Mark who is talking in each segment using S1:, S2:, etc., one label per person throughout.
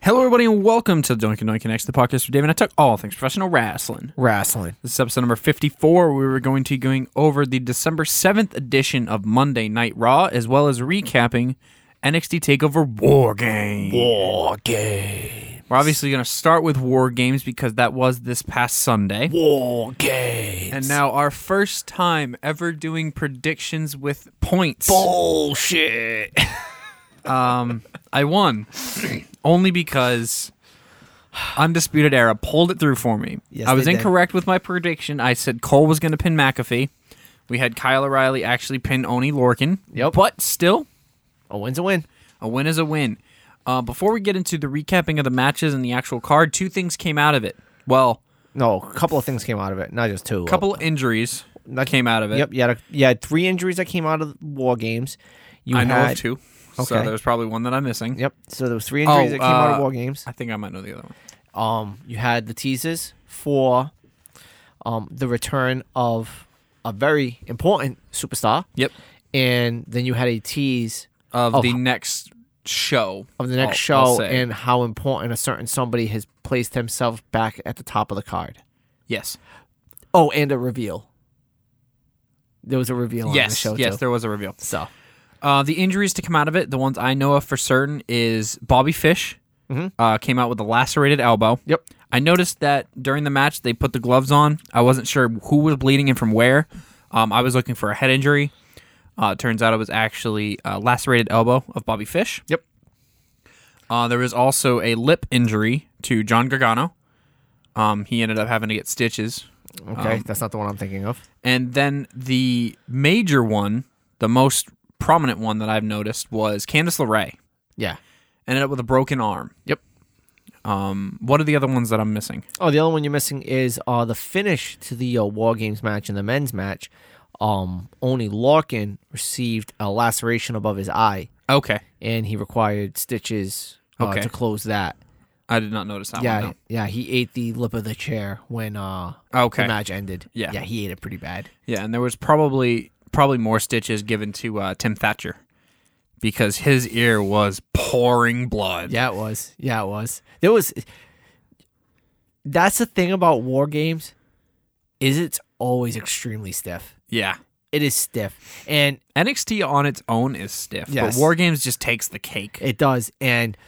S1: Hello, everybody, and welcome to Doink and Doink Connects, the podcast for Dave and I talk all things professional wrestling.
S2: Wrestling.
S1: This is episode number 54. We were going to be going over the December 7th edition of Monday Night Raw, as well as recapping NXT TakeOver War Games.
S2: War game.
S1: We're obviously going to start with War Games because that was this past Sunday.
S2: War game.
S1: And now our first time ever doing predictions with points.
S2: bullshit.
S1: I won. Only because Undisputed Era pulled it through for me.
S2: Yes,
S1: I was
S2: they did.
S1: incorrect with my prediction. I said Cole was going to pin McAfee. We had Kyle O'Reilly actually pin Oni Lorkin.
S2: Yep.
S1: But still,
S2: A win's a win.
S1: a win is a win. Uh, before we get into the recapping of the matches and the actual card, two things came out of it. Well,
S2: No, a couple of things came out of it, not just two.
S1: a couple injuries that came out of it.
S2: Yep, you had, a, you had three injuries that came out of the war games. You
S1: I know
S2: had,
S1: of two. So
S2: Okay.
S1: there's probably one that I'm missing.
S2: Yep. So there was three
S1: Oh,
S2: injuries that came out of
S1: uh,
S2: war games.
S1: I think I might know the other one.
S2: Um, you had the teases for um the return of a very important superstar.
S1: Yep.
S2: And then you had a tease
S1: Of
S2: Oh.
S1: the next show.
S2: of the next
S1: I'll- I'll
S2: show
S1: say.
S2: and how important a certain somebody has placed himself back at the top of the card.
S1: yes.
S2: Oh, and a reveal. There was a reveal on Oh, the
S1: Yes.
S2: show
S1: Yes,
S2: too.
S1: there was a reveal.
S2: So
S1: Uh, the injuries to come out of it, the ones I know of for certain, is Bobby Fish
S2: Mhm.
S1: uh, came out with a lacerated elbow.
S2: Yep.
S1: I noticed that during the match they put the gloves on. I wasn't sure who was bleeding and from where. Um, I was looking for a head injury. Uh, it turns out it was actually a lacerated elbow of Bobby Fish.
S2: Yep.
S1: Uh, there was also a lip injury to John Gargano. Um, he ended up having to get stitches
S2: Okay, that's not the one I'm thinking of.
S1: and then the major one, the most prominent one that I've noticed was Candice LeRae.
S2: Yeah.
S1: Ended up with a broken arm.
S2: Yep.
S1: Um, what are the other ones that I'm missing?
S2: Oh, the other one you're missing is uh the finish to the uh, War Games match and the men's match. Um, only Larkin received a laceration above his eye,
S1: Okay,
S2: and he required stitches uh,
S1: Okay.
S2: to close that.
S1: I did not notice that
S2: yeah,
S1: one. no.
S2: yeah, he ate the lip of the chair when uh
S1: Okay.
S2: the match ended.
S1: Yeah.
S2: yeah, he ate it pretty bad.
S1: Yeah, and there was probably probably more stitches given to uh, Tim Thatcher because his ear was pouring blood.
S2: Yeah, it was. Yeah, it was. There was. That's the thing about war games, is it's always extremely stiff.
S1: Yeah.
S2: It is stiff, and
S1: NXT on its own is stiff,
S2: Yes.
S1: but War Games just takes the cake.
S2: it does. And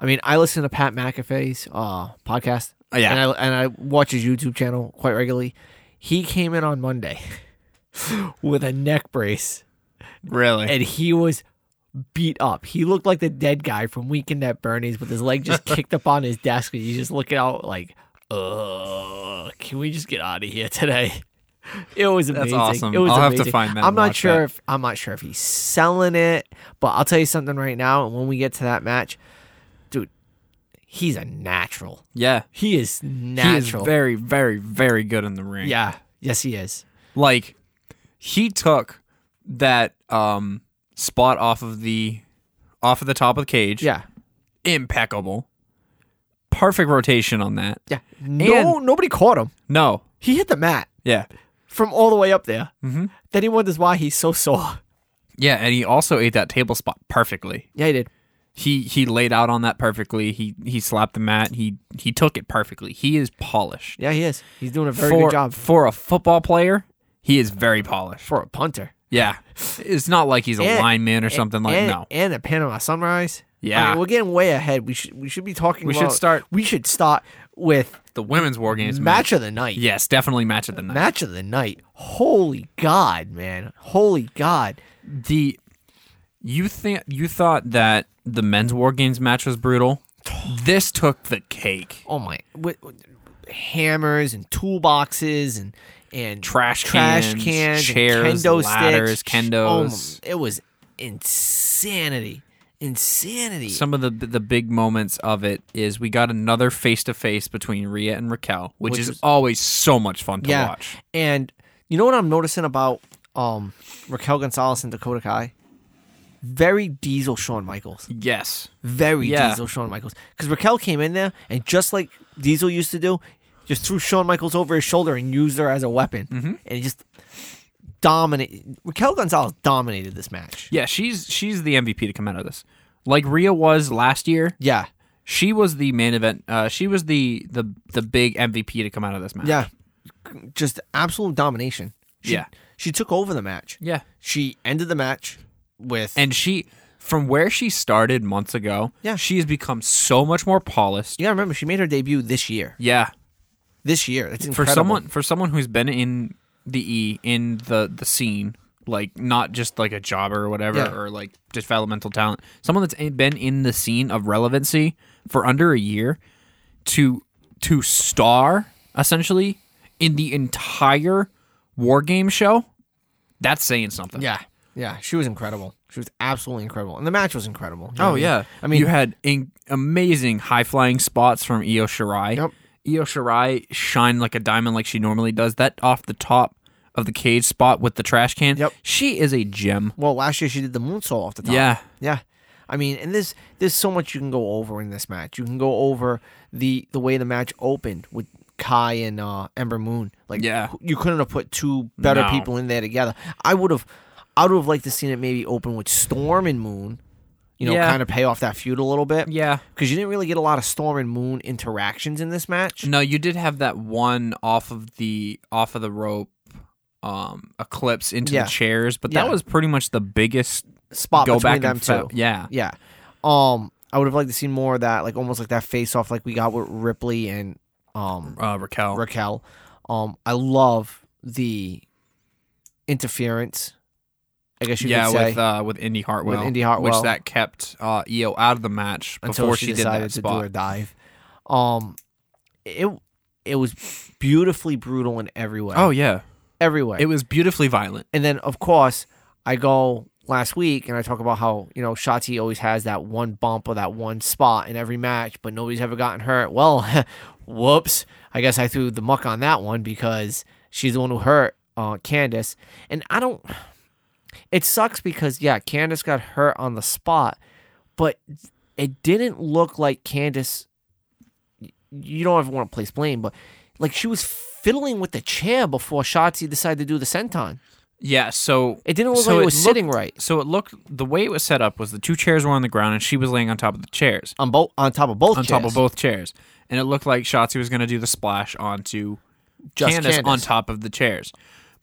S2: I mean, I listen to Pat McAfee's uh, podcast.
S1: Oh, yeah.
S2: and I and I watch his YouTube channel quite regularly. He came in on Monday with a neck brace,
S1: really?
S2: and he was beat up. He looked like the dead guy from Weekend at Bernie's with his leg just kicked up on his desk, and he's just looking out like, "Uh, can we just get out of here today?" It was amazing.
S1: awesome.
S2: It was
S1: I'll have to
S2: amazing.
S1: find that
S2: I'm
S1: and
S2: not
S1: watch
S2: sure
S1: that.
S2: if I'm not sure if he's selling it, but I'll tell you something right now. And when we get to that match, dude, he's a natural.
S1: yeah.
S2: He is natural.
S1: He is very, very, very good in the ring.
S2: yeah. Yes, he is.
S1: like he took that um spot off of the off of the top of the cage
S2: Yeah.
S1: impeccable perfect rotation on that
S2: Yeah. No, nobody caught him.
S1: no
S2: He hit the mat.
S1: yeah
S2: from all the way up there. Mm-hmm. Then he wonders why he's so sore.
S1: yeah and he also ate that table spot perfectly
S2: Yeah, he did.
S1: he he laid out on that perfectly he he slapped the mat he he took it perfectly he is polished
S2: Yeah, he is. He's doing a very
S1: for
S2: good job
S1: for a football player he is very polished
S2: for a punter.
S1: yeah it's not like he's a
S2: And-
S1: lineman or something like
S2: and,
S1: no
S2: And the Panama Sunrise.
S1: Yeah.
S2: I mean, we're getting way ahead. We should we should be talking.
S1: We should
S2: about-
S1: start-
S2: We should start with
S1: the women's war games match
S2: match of the night.
S1: yes definitely match of the night
S2: Match of the night. Holy God, man. Holy God.
S1: the you think you thought that the men's war games match was brutal this took the cake
S2: Oh my. What, what- hammers and toolboxes and and
S1: trash
S2: trash
S1: cans,
S2: cans, and
S1: chairs
S2: kendo
S1: ladders
S2: sticks. Oh,
S1: kendos
S2: it was insanity, insanity.
S1: some of the the big moments of it is we got another face to face between Rhea and Raquel, which,
S2: Which
S1: is
S2: was-
S1: always so much fun to
S2: yeah,
S1: watch.
S2: and you know what I'm noticing about um, Raquel Gonzalez and Dakota Kai? Very diesel Shawn Michaels.
S1: Yes,
S2: Very
S1: Yeah.
S2: diesel Shawn Michaels. Because Raquel came in there and just like Diesel used to do, just threw Shawn Michaels over his shoulder and used her as a weapon,
S1: Mm-hmm.
S2: and he just dominated. Raquel Gonzalez dominated this match.
S1: yeah, she's she's the MVP to come out of this, like Rhea was last year.
S2: Yeah.
S1: She was the main event. Uh, she was the the the big MVP to come out of this match.
S2: Yeah. Just absolute domination. She,
S1: Yeah.
S2: She took over the match.
S1: yeah.
S2: She ended the match with
S1: And she, from where she started months ago,
S2: Yeah.
S1: she has become so much more polished.
S2: Yeah, remember she made her debut this year.
S1: Yeah,
S2: This year. That's
S1: for
S2: incredible.
S1: someone for someone who's been in the E in the the scene, like not just like a jobber or whatever,
S2: Yeah.
S1: or like just developmental talent. Someone that's in- been in the scene of relevancy for under a year to to star essentially in the entire war game show. That's saying something.
S2: Yeah. Yeah. She was incredible. She was absolutely incredible. And the match was incredible. You know
S1: Oh
S2: what I
S1: yeah.
S2: mean? I mean
S1: you had in- amazing high flying spots from Io Shirai.
S2: Yep.
S1: Io Shirai shined like a diamond, like she normally does. That off the top of the cage spot with the trash can.
S2: Yep. Oh.
S1: She is a gem.
S2: well last year she did the moonsault off the top.
S1: Yeah.
S2: Yeah. I mean, and this there's so much you can go over in this match. You can go over the the way the match opened with Kai and uh, Ember Moon. Like,
S1: Yeah.
S2: you couldn't have put two better
S1: No.
S2: people in there together. I would have, I would have liked to seen it maybe open with Storm and Moon. You know,
S1: Yeah.
S2: kind of pay off that feud a little bit.
S1: Yeah.
S2: because you didn't really get a lot of Storm and Moon interactions in this match.
S1: No, you did have that one off of the off of the rope um eclipse into
S2: Yeah.
S1: the chairs, but
S2: Yeah.
S1: that was pretty much the biggest
S2: Spot
S1: go
S2: between
S1: back
S2: them
S1: and fa-
S2: two.
S1: Yeah.
S2: Yeah. Um, I would have liked to see more of that, like almost like that face off, like we got with Ripley and um
S1: Uh, Raquel.
S2: Raquel. Um, I love the interference. I guess you
S1: yeah,
S2: could say
S1: with uh, with Indy Hartwell,
S2: Indy Hartwell.
S1: which that kept uh, Io out of the match
S2: until
S1: before
S2: she,
S1: she, did
S2: decided
S1: that
S2: to
S1: spot.
S2: do her dive. Um, it it was beautifully brutal in every way.
S1: Oh yeah,
S2: every way.
S1: it was beautifully violent.
S2: and then of course I go last week and I talk about how you know Shotzi always has that one bump or that one spot in every match, but nobody's ever gotten hurt. Well, whoops! I guess I threw the muck on that one because she's the one who hurt uh, Candace, and I don't. It sucks because yeah, Candace got hurt on the spot, but it didn't look like Candace. You don't ever want to place blame, but like she was fiddling with the chair before Shotzi decided to do the senton.
S1: Yeah, so
S2: It didn't look
S1: So
S2: like it
S1: it
S2: was
S1: looked-
S2: sitting right
S1: so it looked the way it was set up was the two chairs were on the ground and she was laying on top of the chairs,
S2: on both on top of both.
S1: on top of
S2: chairs.
S1: both chairs, and it looked like Shotzi was going to do the splash onto
S2: Just
S1: Candace, on
S2: Candace.
S1: top of the chairs,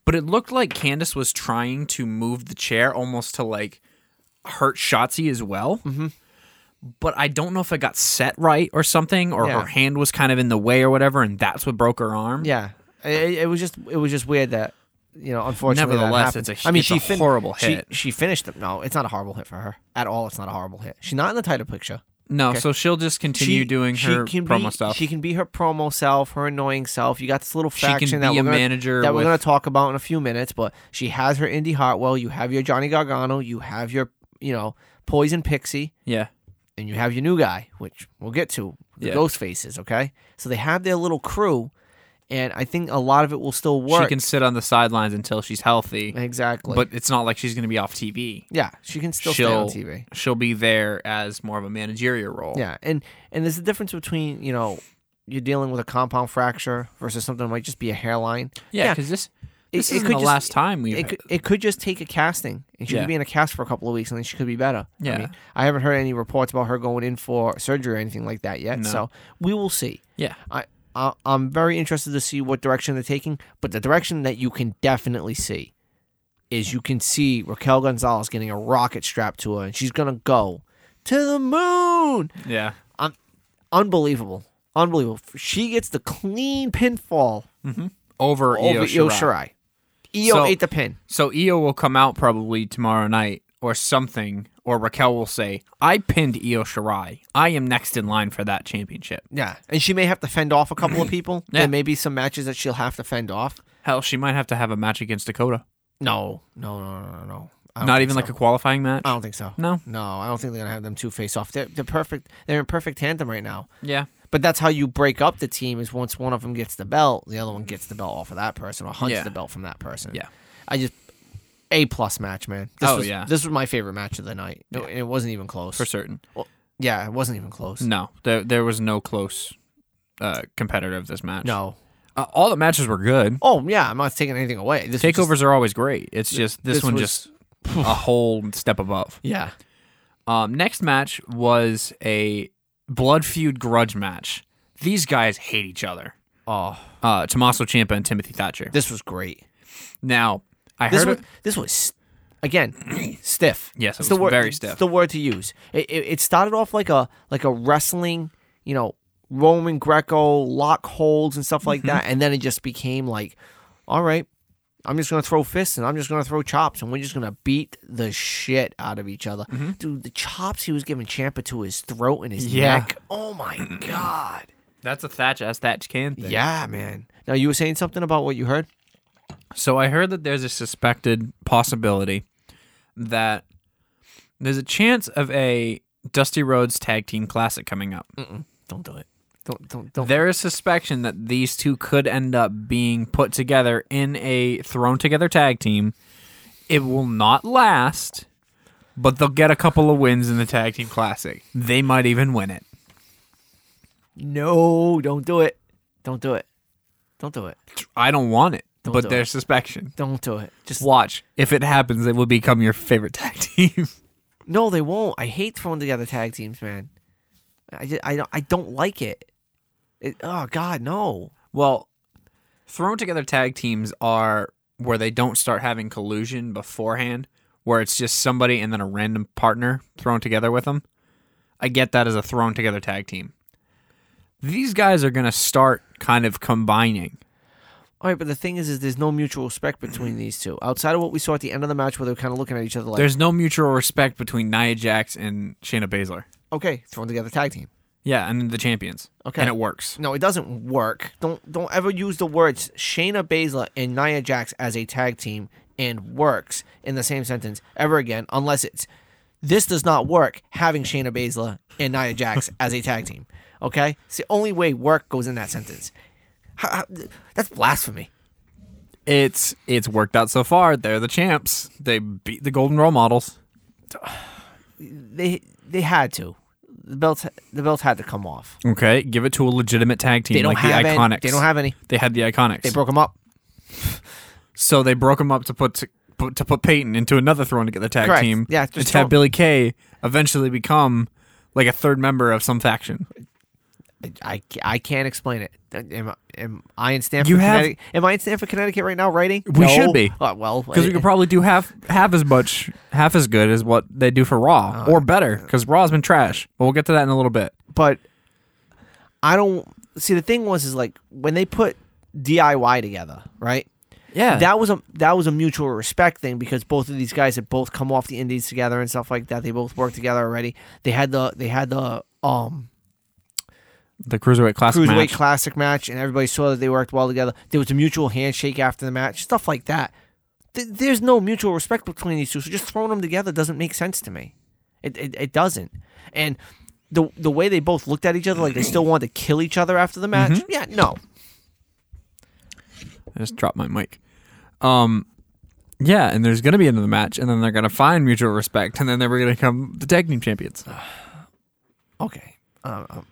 S1: but it looked like Candace was trying to move the chair almost to like hurt Shotzi as well. Mm-hmm. But I don't know if it got set right or something, or
S2: Yeah.
S1: her hand was kind of in the way or whatever, and that's what broke her arm.
S2: Yeah, it, it was just it was just weird that you know. Unfortunately, that
S1: Nevertheless,
S2: happened.
S1: it's a-
S2: I mean,
S1: it's
S2: she
S1: a
S2: fin-
S1: horrible
S2: she-
S1: hit.
S2: She, finished them. No, it's not a horrible hit for her at all. It's not a horrible hit. She's not in the title picture.
S1: No, so she'll just continue
S2: she,
S1: doing
S2: she
S1: her
S2: can
S1: promo
S2: be,
S1: stuff.
S2: She can be her promo self, her annoying self. You got this little
S1: She can
S2: faction that
S1: be
S2: we're
S1: a
S2: gonna,
S1: manager
S2: that we're
S1: with-
S2: going to talk about in a few minutes. But she has her Indy Hartwell. You have your Johnny Gargano. You have your you know Poison Pixie.
S1: yeah.
S2: and you have your new guy, which we'll get to, the
S1: Yeah.
S2: ghost faces, okay? So they have their little crew, and I think a lot of it will still work.
S1: She can sit on the sidelines until she's healthy,
S2: exactly.
S1: but it's not like she's going to be off TV.
S2: yeah, she can still
S1: she'll
S2: stay on TV.
S1: she'll be there as more of a managerial role.
S2: Yeah, and and there's a difference between, you know, you're dealing with a compound fracture versus something that might just be a hairline.
S1: yeah,
S2: Yeah.
S1: because this
S2: It-
S1: this
S2: it
S1: is
S2: could
S1: the
S2: just-
S1: last time we've
S2: It could, it could just take a casting, and she
S1: Yeah.
S2: could be in a cast for a couple of weeks, and then she could be better.
S1: Yeah.
S2: I, mean, I haven't heard any reports about her going in for surgery or anything like that yet,
S1: No.
S2: so we will see.
S1: yeah
S2: I, I I'm very interested to see what direction they're taking, but the direction that you can definitely see is you can see Raquel Gonzalez getting a rocket strapped to her, and she's gonna go to the moon.
S1: yeah
S2: Unbelievable, unbelievable. She gets the clean pinfall
S1: over,
S2: over
S1: Io
S2: Io
S1: Shirai.
S2: Shirai. Io
S1: So-
S2: ate the pin.
S1: So Io will come out probably tomorrow night or something, or Raquel will say, "I pinned Io Shirai. I am next in line for that championship."
S2: Yeah, and she may have to fend off a couple of people.
S1: Yeah.
S2: There may be some matches that she'll have to fend off.
S1: Hell, she might have to have a match against Dakota.
S2: No, no, no, no, no, no. I don't
S1: Not
S2: think
S1: even
S2: so. Uh.
S1: like a qualifying match.
S2: I don't think so.
S1: No?
S2: no, I don't think they're gonna have them two face off. They're, they're perfect. They're in perfect tandem right now.
S1: yeah,
S2: But that's how you break up the team is once one of them gets the belt, the other one gets the belt off of that person or hunts
S1: Yeah.
S2: the belt from that person.
S1: Yeah.
S2: I just a plus match, man. This
S1: Oh,
S2: was,
S1: yeah.
S2: this was my favorite match of the night. No, and It wasn't even close.
S1: for certain.
S2: Well, yeah, it wasn't even close.
S1: No, there there was no close uh, competitor of this match.
S2: No.
S1: Uh, all the matches were good.
S2: Oh yeah, I'm not taking anything away. This was just-
S1: Takeovers are always great. It's just this,
S2: this
S1: one
S2: was-
S1: just a whole step above.
S2: yeah,
S1: Um, next match was a blood feud grudge match. These guys hate each other.
S2: Oh,
S1: Uh, Tommaso Ciampa and Timothy Thatcher.
S2: this was great.
S1: Now, I
S2: This
S1: heard
S2: was
S1: it-
S2: this was again stiff.
S1: Yes, it
S2: It's
S1: was very
S2: it's
S1: stiff.
S2: the word to use. It, it, it started off like a like a wrestling, you know, Roman Greco lock holds and stuff
S1: Mm-hmm.
S2: like that, and then it just became like, all right, I'm just gonna throw fists and I'm just gonna throw chops and we're just gonna beat the shit out of each other,
S1: Mm-hmm.
S2: dude. The chops he was giving Champa to his throat and his
S1: Yeah.
S2: neck. Oh my god.
S1: that's a Thatch as Thatch can thing.
S2: Yeah, man. Now you were saying something about what you heard.
S1: So I heard that there's a suspected possibility that there's a chance of a Dusty Rhodes Tag Team Classic coming up.
S2: Don't do it. Don't don't don't.
S1: There is suspicion that these two could end up being put together in a thrown together tag team. It will not last, but they'll get a couple of wins in the tag team classic. They might even win it.
S2: No, don't do it. Don't do it. Don't do it.
S1: I don't want it,
S2: Don't do
S1: but
S2: it.
S1: there's suspicion.
S2: Don't do it. Just
S1: Watch. If it happens, it will become your favorite tag team.
S2: no, they won't. I hate throwing together tag teams, man. I just, I don't I don't like it. it. Oh God, no.
S1: Well, thrown together tag teams are where they don't start having collusion beforehand, where it's just somebody and then a random partner thrown together with them. I get that as a thrown together tag team. These guys are going to start kind of combining.
S2: All right, but the thing is, is there's no mutual respect between these two outside of what we saw at the end of the match, where they were kind of looking at each other like,
S1: There's no mutual respect between Nia Jax and Shayna Baszler.
S2: okay, thrown together tag team.
S1: Yeah, and the champions.
S2: Okay.
S1: And it works.
S2: No, it doesn't work. Don't don't ever use the words Shayna Baszler and Nia Jax as a tag team and works in the same sentence ever again, unless it's this does not work having Shayna Baszler and Nia Jax as a tag team. Okay, it's the only way work goes in that sentence. How- how- that's blasphemy.
S1: It's it's worked out so far. They're the champs. They beat the Golden Role Models.
S2: They they had to. The belts the belts had to come off.
S1: Okay, give it to a legitimate tag team
S2: They don't
S1: like
S2: have
S1: the
S2: any-
S1: Iconics.
S2: They don't have any.
S1: They had the Iconics.
S2: They broke them up.
S1: so they broke them up to put to, put- to put Peyton into another thrown together tag
S2: Correct.
S1: team.
S2: Yeah,
S1: and
S2: just
S1: to have
S2: don't-
S1: Billy Kay eventually become like a third member of some faction.
S2: I, I can't explain it. Uh, Am, am I in Stanford?
S1: You have-
S2: Connecticut? Am I in Stanford, Connecticut right now writing?
S1: We
S2: No.
S1: should be.
S2: Uh, well,
S1: Because we could probably do half half as much, half as good as what they do for Raw,
S2: Uh,
S1: or better. Because Raw's been trash, but we'll get to that in a little bit.
S2: but I don't see. The thing was, is like when they put DIY together, right?
S1: Yeah,
S2: That was a that was a mutual respect thing because both of these guys had both come off the indies together and stuff like that. They both worked together already. They had the they had the um
S1: the cruiserweight classic
S2: cruiserweight
S1: match.
S2: classic match, and everybody saw that they worked well together. There was a mutual handshake after the match, stuff like that. Th- there's no mutual respect between these two, so just throwing them together doesn't make sense to me. It it, it doesn't, and the the way they both looked at each other, like they still wanted to kill each other after the match.
S1: Mm-hmm.
S2: Yeah, no,
S1: I just dropped my mic. Um, yeah, and there's gonna be another match, and then they're gonna find mutual respect, and then they're gonna become the tag team champions.
S2: okay. Um, um,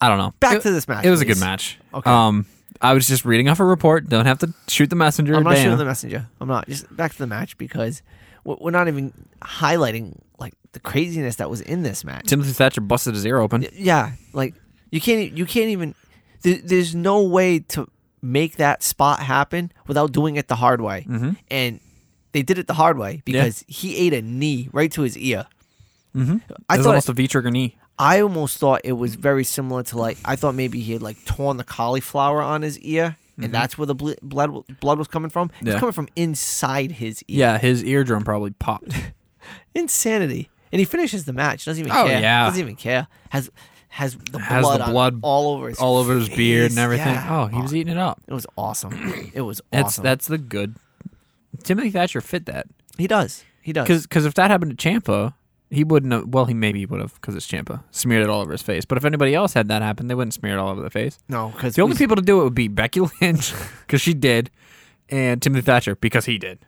S1: I don't know.
S2: back
S1: It-
S2: to this match.
S1: It was a good
S2: please.
S1: match.
S2: Okay.
S1: Um, I was just reading off a report. Don't have to shoot the messenger.
S2: I'm not
S1: down.
S2: shooting the messenger. I'm not. Just back to the match because we're we're not even highlighting like the craziness that was in this match.
S1: Timothy Thatcher busted his ear open.
S2: yeah like you can't e- you can't even there, there's no way to make that spot happen without doing it the hard way
S1: Mm-hmm.
S2: and they did it the hard way because he ate a knee right to his ear I
S1: Mm-hmm. It was
S2: thought
S1: almost a V trigger knee.
S2: I almost thought it was very similar to like I thought maybe he had like torn the cauliflower on his ear and that's where the ble- blood w- blood was coming from. It's
S1: Mm-hmm. Yeah.
S2: coming from inside his ear.
S1: Yeah, his eardrum probably popped.
S2: Insanity. And he finishes the match. Doesn't even
S1: Oh,
S2: care.
S1: yeah.
S2: Doesn't even care. Has has the blood,
S1: Has the
S2: on-
S1: blood
S2: all over his
S1: all over his beard and
S2: face.
S1: everything.
S2: Yeah.
S1: Oh, he was eating it up.
S2: It was awesome. It was
S1: That's
S2: awesome.
S1: that's the good. Timothy Thatcher fit that
S2: he does. He does.
S1: because if that happened to Champa, he wouldn't. have Well, he maybe would have because it's Champa smeared it all over his face. But if anybody else had that happen, they wouldn't smear it all over the face.
S2: no, because
S1: The only people to do it would be Becky Lynch because she did, and Timothy Thatcher because he did.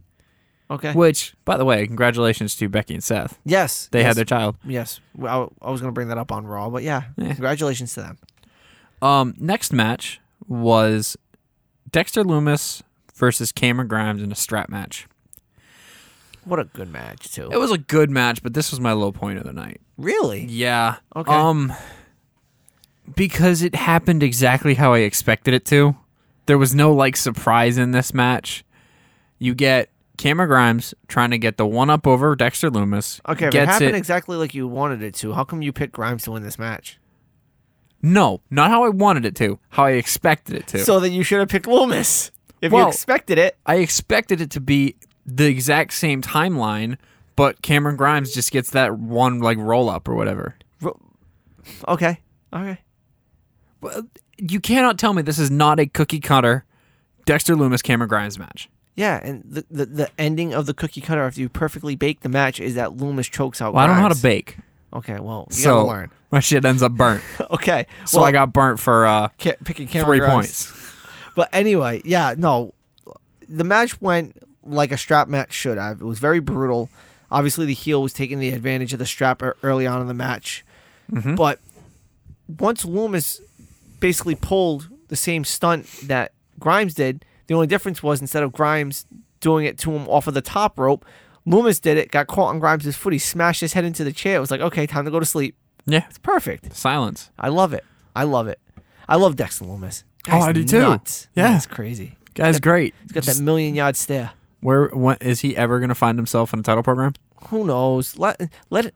S2: okay.
S1: Which, by the way, congratulations to Becky and Seth.
S2: yes,
S1: They
S2: yes,
S1: had their child.
S2: yes. Well, I, I was gonna bring that up on Raw, but yeah,
S1: Yeah.
S2: congratulations to them.
S1: Um, next match was Dexter Loomis versus Cameron Grimes in a strap match.
S2: What a good match too.
S1: It was a good match, but this was my low point of the night.
S2: Really?
S1: Yeah.
S2: Okay.
S1: Um because it happened exactly how I expected it to. There was no like surprise in this match. You get Cameron Grimes trying to get the one up over Dexter Loomis.
S2: Okay, if it
S1: gets
S2: happened exactly like you wanted it to, how come you picked Grimes to win this match?
S1: No, not how I wanted it to, how I expected it to.
S2: So then you should have picked Loomis. If you
S1: Well-
S2: expected it.
S1: I expected it to be the exact same timeline, but Cameron Grimes just gets that one like roll up or whatever.
S2: Okay. Okay.
S1: You cannot tell me this is not a cookie cutter Dexter Loomis Cameron Grimes match.
S2: Yeah, and the, the, the ending of the cookie cutter after you perfectly bake the match is that Loomis chokes out.
S1: Well, I don't know how
S2: Grimes.
S1: to bake.
S2: Okay, well, you
S1: so
S2: gotta learn.
S1: my shit ends up burnt.
S2: Okay,
S1: So I got burnt for uh,
S2: ca- picking Cameron
S1: three
S2: Grimes.
S1: points.
S2: But anyway, yeah, no, the match went like a strap match should have. It was very brutal. Obviously, the heel was taking the advantage of the strap e- early on in the match, but once Loomis basically pulled the same stunt that Grimes did, the only difference was instead of Grimes doing it to him off of the top rope, Loomis did it, got caught on Grimes' foot, he smashed his head into the chair. It was like, okay, time to go to sleep.
S1: Yeah,
S2: It's perfect.
S1: silence.
S2: I love it. I love it. I love Dexter Loomis. Guy's
S1: Oh, I do too.
S2: Nuts.
S1: Yeah.
S2: it's crazy.
S1: Guy's great.
S2: He's got that million yard stare.
S1: Where when, is he ever going to find himself in a title program?
S2: Who knows? Let let it.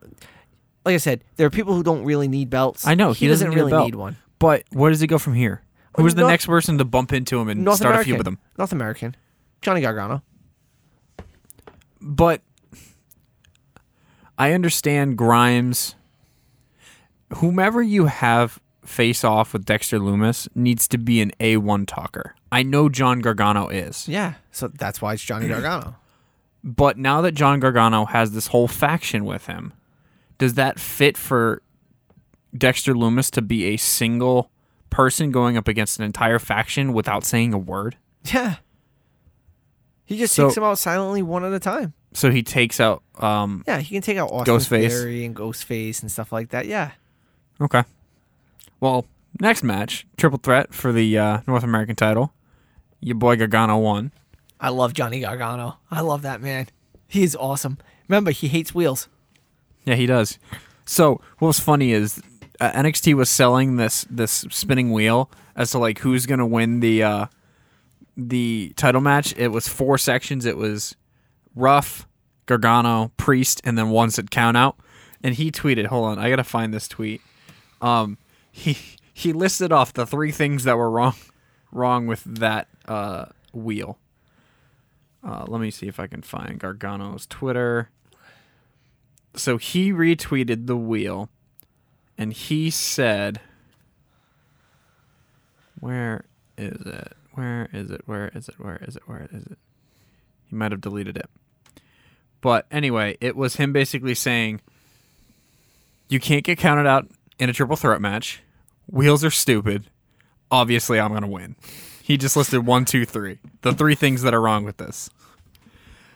S2: Like I said, there are people who don't really need belts.
S1: I know
S2: he, doesn't,
S1: a
S2: really
S1: belt.
S2: need one.
S1: But where does he go from here? Who was the
S2: North-
S1: next person to bump into him and
S2: North
S1: start
S2: American.
S1: a feud with him?
S2: North American. Johnny Gargano.
S1: But I understand Grimes. Whomever you have face off with Dexter Loomis needs to be an A1 talker. I know John Gargano is.
S2: Yeah. So that's why it's Johnny Gargano.
S1: But now that John Gargano has this whole faction with him, does that fit for Dexter Loomis to be a single person going up against an entire faction without saying a word?
S2: yeah. He just
S1: So-
S2: takes him out silently one at a time.
S1: So he takes out. Um,
S2: Yeah, he can take out Austin
S1: Ghostface.
S2: Theory and Ghostface and stuff like that. Yeah.
S1: okay. Well, next match, triple threat for the uh, North American title. Your boy Gargano won.
S2: I love Johnny Gargano. I love that man. He is awesome. Remember, he hates wheels.
S1: Yeah, he does. So what was funny is uh, NXT was selling this this spinning wheel as to like who's gonna win the uh, the title match. It was four sections. It was Ruff, Gargano, Priest, and then one said count out. And he tweeted, "Hold on, I gotta find this tweet." Um, he he listed off the three things that were wrong wrong with that uh, wheel. Uh, let me see if I can find Gargano's Twitter so he retweeted the wheel and he said where is it where is it where is it where is it where is it he might have deleted it but anyway it was him basically saying you can't get counted out in a triple threat match wheels are stupid obviously i'm gonna win he just listed one two three the three things that are wrong with this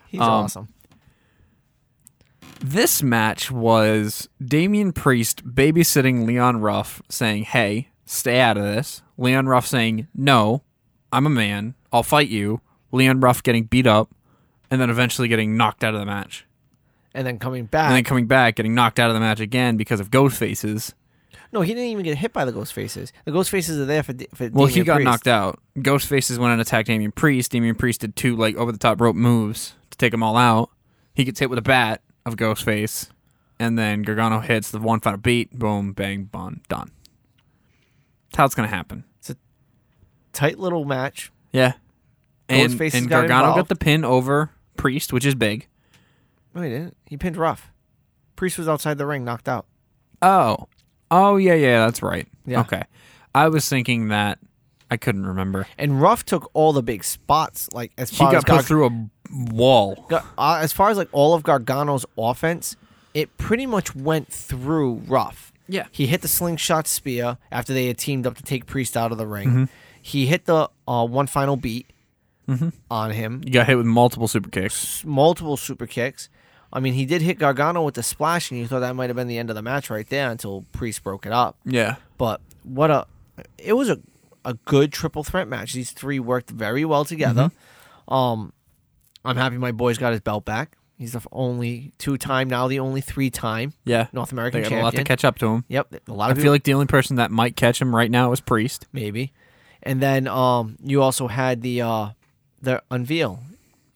S2: He's
S1: Um,
S2: awesome.
S1: This match was Damian Priest babysitting Leon Ruff, saying, Hey, stay out of this. Leon Ruff saying, No, I'm a man. I'll fight you. Leon Ruff getting beat up and then eventually getting knocked out of the match.
S2: And then coming back.
S1: And then coming back, getting knocked out of the match again because of ghost faces.
S2: No, he didn't even get hit by the ghost faces. The ghost faces are there for. D- for
S1: Well,
S2: Damian
S1: he got
S2: Priest.
S1: knocked out. Ghost faces went and attacked Damian Priest. Damian Priest did two like over the top rope moves to take them all out. He gets hit with a bat of Ghostface, and then Gargano hits the one final beat. Boom, bang, bun, done. That's how it's gonna happen.
S2: Tight little match.
S1: Yeah. And,
S2: Ghostface
S1: and
S2: got
S1: Gargano got
S2: involved.
S1: the pin over Priest, which is big.
S2: No, he didn't. He pinned Ruff. Priest was outside the ring, knocked out.
S1: Oh, oh yeah, yeah, that's right.
S2: Yeah.
S1: Okay, I was thinking that. I couldn't remember.
S2: And Ruff took all the big spots. Like as
S1: He
S2: far as
S1: got put
S2: Gar-
S1: through a wall.
S2: Gar- uh, as far as like all of Gargano's offense, it pretty much went through Ruff.
S1: Yeah.
S2: He hit the slingshot spear after they had teamed up to take Priest out of the
S1: Mm-hmm.
S2: ring. He hit the uh, one final beat
S1: Mm-hmm.
S2: on him.
S1: He got hit with multiple super kicks.
S2: multiple super kicks. I mean, he did hit Gargano with the splash, and you thought that might have been the end of the match right there until Priest broke it up.
S1: Yeah.
S2: But what a, it was a, a good triple threat match.
S1: Mm-hmm.
S2: These three worked very well together. Um, I'm happy my boy's got his belt back. He's the only two time now, the only three time
S1: Yeah.
S2: North
S1: They
S2: American
S1: got a lot
S2: champion.
S1: to catch up to him.
S2: yep, a lot
S1: I
S2: of people
S1: feel like the only person that might catch him right now is Priest.
S2: maybe. And then um, you also had the uh, the unveil.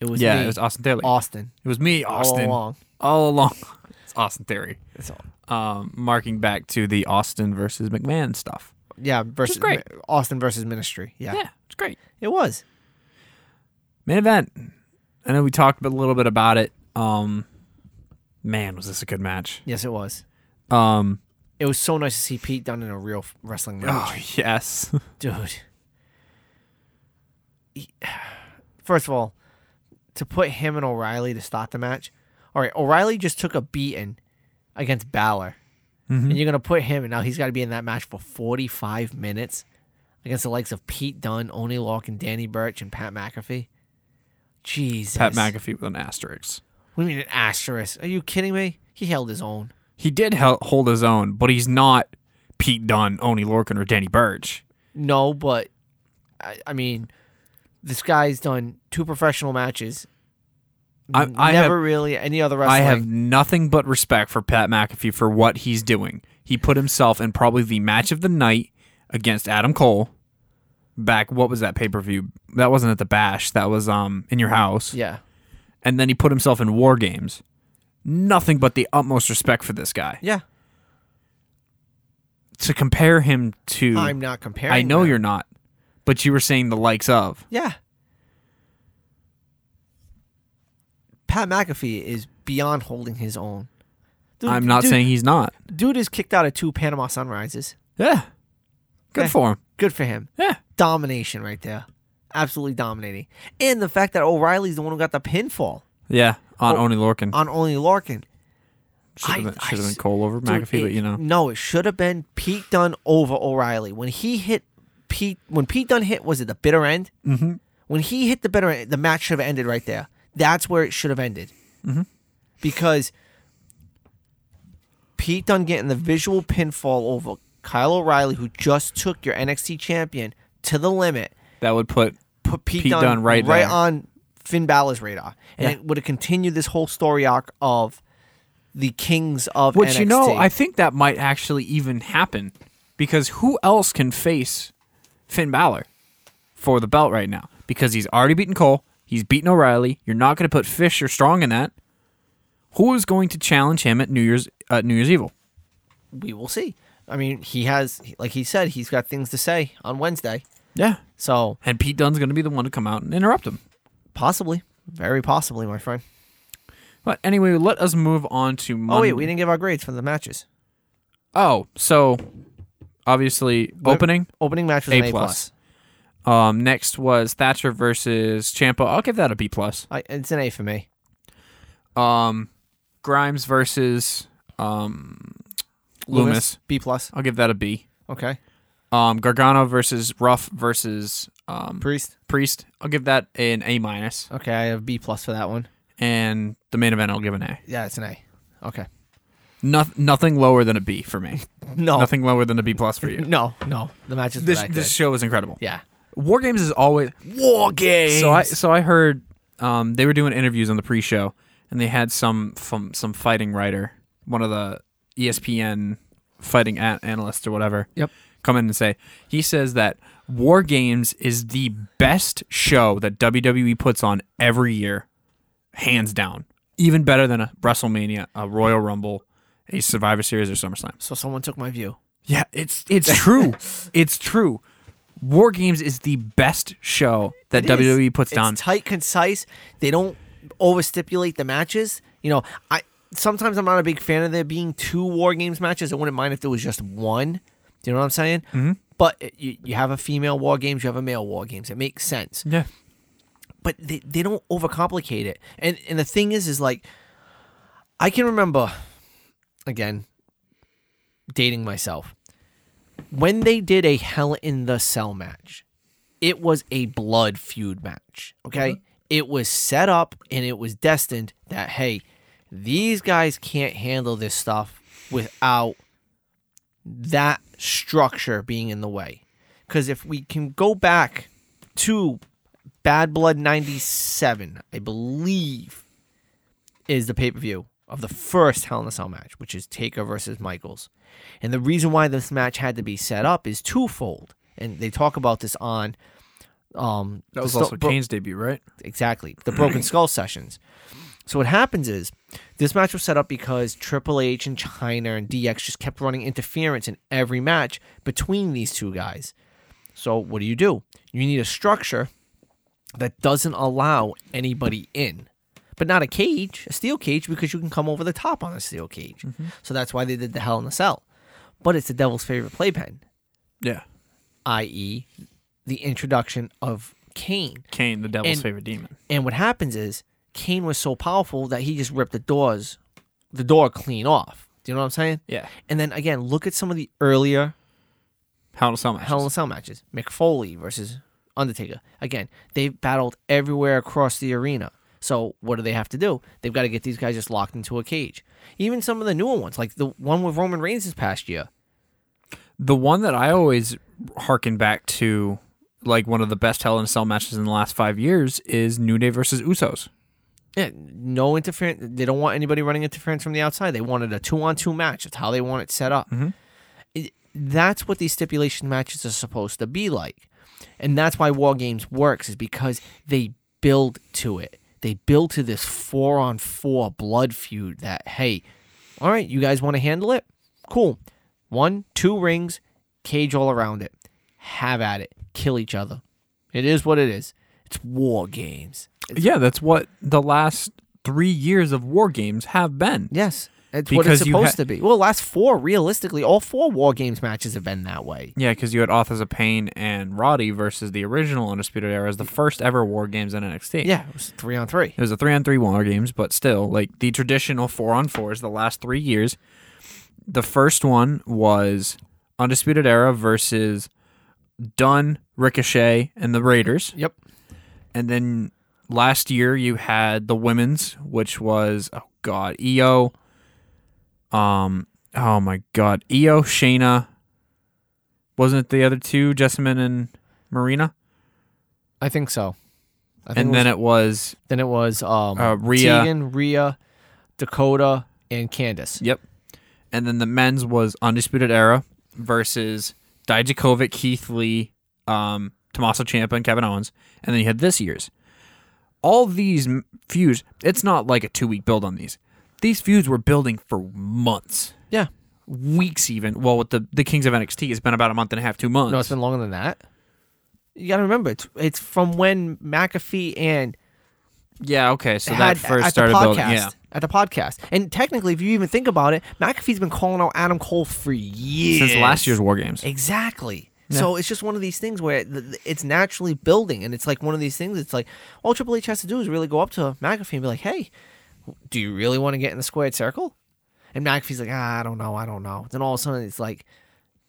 S2: It was
S1: yeah,
S2: me,
S1: it was Austin Theory.
S2: Austin.
S1: it was me, Austin.
S2: All along.
S1: All along. it's Austin Theory.
S2: That's all.
S1: Um, marking back to the Austin versus McMahon stuff.
S2: Yeah, versus
S1: great.
S2: Austin versus Ministry. Yeah,
S1: Yeah, it's great.
S2: it was.
S1: Main event. I know we talked a little bit about it. Um, man, was this a good match?
S2: Yes, it was.
S1: Um,
S2: It was so nice to see Pete done in a real f- wrestling match,
S1: oh yes,
S2: dude. He- First of all, to put him and O'Reilly to start the match. All right, O'Reilly just took a beating against Balor,
S1: Mm-hmm.
S2: and you're gonna put him, and now he's got to be in that match for 45 minutes against the likes of Pete Dunne, Oni Locke, and Danny Burch, and Pat McAfee. Jesus,
S1: Pat McAfee with an asterisk.
S2: We mean an asterisk. Are you kidding me? He held his own.
S1: He did hel- hold his own, but he's not Pete Dunne, Oni Lorcan, or Danny Burge.
S2: No, but I, I mean, this guy's done two professional matches.
S1: I- I
S2: never
S1: have-
S2: really any other wrestling.
S1: I have nothing but respect for Pat McAfee for what he's doing. He put himself in probably the match of the night against Adam Cole. Back, what was that pay per view? That wasn't at the Bash. That was um in your house.
S2: Yeah,
S1: And then he put himself in War Games. Nothing but the utmost respect for this guy.
S2: yeah.
S1: To compare him to,
S2: I'm not comparing.
S1: I know
S2: them.
S1: you're not, but you were saying the likes of.
S2: Yeah. Pat McAfee is beyond holding his own. Dude-
S1: I'm not
S2: dude-
S1: saying he's not.
S2: dude is kicked out of two Panama Sunrises.
S1: Yeah. Good
S2: Okay.
S1: for him.
S2: Good for him.
S1: Yeah.
S2: Domination right there. Absolutely dominating. And the fact that O'Reilly's the one who got the pinfall
S1: Yeah. On
S2: Oh,
S1: Oni Lorcan.
S2: on only Larkin.
S1: Should have
S2: I-
S1: been,
S2: I
S1: should've been
S2: s-
S1: Cole over
S2: Dude,
S1: McAfee, but
S2: it-
S1: you know.
S2: No, it should have been Pete Dunne over O'Reilly. When he hit Pete, when Pete Dunne hit, was it the bitter end? Mm-hmm. When he hit the bitter end, the match should have ended right there. That's where it should have ended. Mm-hmm. Because Pete Dunne getting the visual pinfall over Kyle O'Reilly, who just took your NXT champion to the limit,
S1: That would put
S2: put Pete,
S1: Pete
S2: Dunne,
S1: Dunne right there.
S2: on Finn Balor's radar. And
S1: Yeah.
S2: it would have continued this whole story arc of the kings of
S1: Which you know,
S2: NXT.
S1: I think that might actually even happen because who else can face Finn Balor for the belt right now? Because he's already beaten Cole, he's beaten O'Reilly. You're not going to put Fish or Strong in that. Who is going to challenge him at New Year's at New Year's Evil?
S2: we will see. I mean, he has, like he said, he's got things to say on Wednesday.
S1: Yeah,
S2: So
S1: and Pete Dunne's going to be the one to come out and interrupt him.
S2: possibly, very possibly, my friend.
S1: But anyway, let us move on to Monday.
S2: Oh wait, we didn't give our grades for the matches.
S1: Oh, so obviously opening.
S2: Opening match was
S1: A
S2: an A
S1: plus.
S2: plus.
S1: Um, next was Thatcher versus Champa. I'll give that a B plus.
S2: I, it's an A for me.
S1: Um, Grimes versus um Loomis.
S2: B plus.
S1: I'll give that a B.
S2: Okay.
S1: Um, Gargano versus Ruff versus um
S2: Priest.
S1: Priest. I'll give that an A minus.
S2: Okay, I have B plus for that one.
S1: And the main event, I'll give an A.
S2: Yeah, it's an A. Okay.
S1: Noth- nothing lower than a B for me.
S2: No.
S1: Nothing lower than a B plus for you.
S2: No. No. The matches.
S1: Oh. This
S2: that I did.
S1: this show is incredible.
S2: Yeah.
S1: War Games is always
S2: War games.
S1: So I so I heard um, they were doing interviews on the pre-show, and they had some from some fighting writer, one of the E ESPN fighting a- analysts or whatever,
S2: Yep.
S1: come in and say he says that War Games is the best show that WWE puts on every year, hands down, even better than a WrestleMania, a Royal Rumble, a Survivor Series, or SummerSlam.
S2: So someone took my view.
S1: Yeah, it's it's true. it's true. War Games is the best show that
S2: It is.
S1: WWE puts down.
S2: It's tight, concise. They don't overstipulate the matches. You know, I sometimes I'm not a big fan of there being two war games matches. I wouldn't mind if there was just one. Do you know what I'm saying? Mm-hmm. But it- you, you have a female war games, you have a male war games. It makes sense.
S1: yeah.
S2: But they, they don't overcomplicate it. And and the thing is, is like I can remember again dating myself when they did a Hell in the Cell match it was a blood feud match. Okay. It was set up and it was destined that, hey, these guys can't handle this stuff without that structure being in the way. Because if we can go back to Bad Blood 97, I believe is the pay per view of the first Hell in a Cell match, which is Taker versus Michaels. And the reason why this match had to be set up is twofold. And they talk about this on. Um,
S1: That
S2: the
S1: was
S2: Sto-
S1: also
S2: Bro-
S1: Kane's debut, right?
S2: exactly the broken skull sessions so what happens is this match was set up because triple h and china and dx just kept running interference in every match between these two guys so what do you do you need a structure that doesn't allow anybody in but not a cage a steel cage because you can come over the top on a steel cage so that's why they did the hell in a cell but it's the devil's favorite playpen
S1: Yeah.
S2: i.e the introduction of kane
S1: Kane, the devil's
S2: And-
S1: favorite demon.
S2: and what happens is Kane was so powerful that he just ripped the doors, the door clean off. Do you know what I'm saying?
S1: Yeah.
S2: And then again, look at some of the earlier
S1: Hell in a Cell matches.
S2: Hell in a Cell matches. McFoley versus Undertaker. Again, they've battled everywhere across the arena. So what do they have to do? They've got to get these guys just locked into a cage. Even some of the newer ones, like the one with Roman Reigns this past year.
S1: The one that I always harken back to, like one of the best Hell in a Cell matches in the last five years, is New Day versus Usos.
S2: Yeah, no interference. They don't want anybody running interference from the outside. They wanted a two-on-two match. That's how they want it set up. It- that's what these stipulation matches are supposed to be like, and that's why War Games works is because they build to it. They build to this four-on-four blood feud. That hey, all right, you guys want to handle it? Cool. One, two rings, cage all around it. Have at it. Kill each other. It is what it is. It's War Games.
S1: yeah, that's what the last three years of war games have been.
S2: Yes. It's what it's
S1: Because you
S2: supposed
S1: ha-
S2: to be. Well, last four, realistically, all four War Games matches have been that way.
S1: Yeah, because you had Authors of Pain and Roddy versus the original Undisputed Era as the first ever War Games in NXT.
S2: Yeah, it was three on three.
S1: It was a three on three War Games, but still, like the traditional four on fours, the last three years. The first one was Undisputed Era versus Dunn, Ricochet, and the Raiders.
S2: Yep.
S1: And then last year you had the women's, which was oh god, EO. Um oh my god. EO, Shayna. Wasn't it the other two, Jessamine and Marina?
S2: I think so. I think
S1: And then it was
S2: then it was um,
S1: Uh, Rhea.
S2: Tegan, Rhea, Dakota, and Candace.
S1: Yep. And then the men's was Undisputed Era versus Dijakovic, Keith Lee, um, Tommaso Ciampa, and Kevin Owens. And then you had this year's. All these m- feuds, it's not like a two week build on these. These feuds were building for months,
S2: Yeah.
S1: weeks even. Well, with the, the Kings of NXT, it's been about a month and a half, two months.
S2: No, it's been longer than that. You got to remember, it's, it's from when McAfee and
S1: yeah, okay. So
S2: had
S1: that first
S2: at
S1: started
S2: the podcast.
S1: building. Yeah.
S2: At the podcast. And technically, if you even think about it, McAfee's been calling out Adam Cole for years.
S1: Since last year's War Games.
S2: Exactly. So it's just one of these things where th- th- it's naturally building, and it's like one of these things. It's like all Triple H has to do is really go up to McAfee and be like, "Hey, do you really want to get in the squared circle?" And McAfee's like, ah, "I don't know, I don't know." Then all of a sudden, it's like,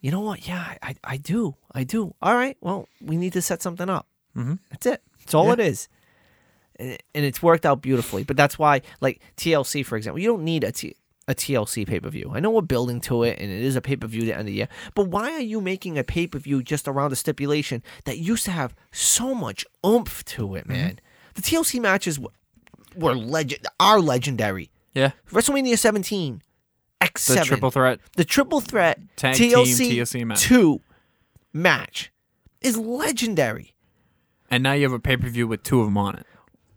S2: "You know what? Yeah, I, I do, I do. All right, well, we need to set something up. Mm-hmm. That's it. That's all it is." And, and it's worked out beautifully. But that's why, like TLC, for example, you don't need a T- a TLC pay per view. I know we're building to it, and it is a pay per view to end the year. But why are you making a pay per view just around a stipulation that used to have so much oomph to
S1: Mm-hmm.
S2: it, man? The TLC matches w- were legend, are legendary.
S1: Yeah.
S2: WrestleMania 17, X
S1: The
S2: seven,
S1: triple threat.
S2: the triple threat
S1: Tag team
S2: TLC,
S1: TLC match.
S2: two match is legendary.
S1: And now you have a pay per view with two of them on it.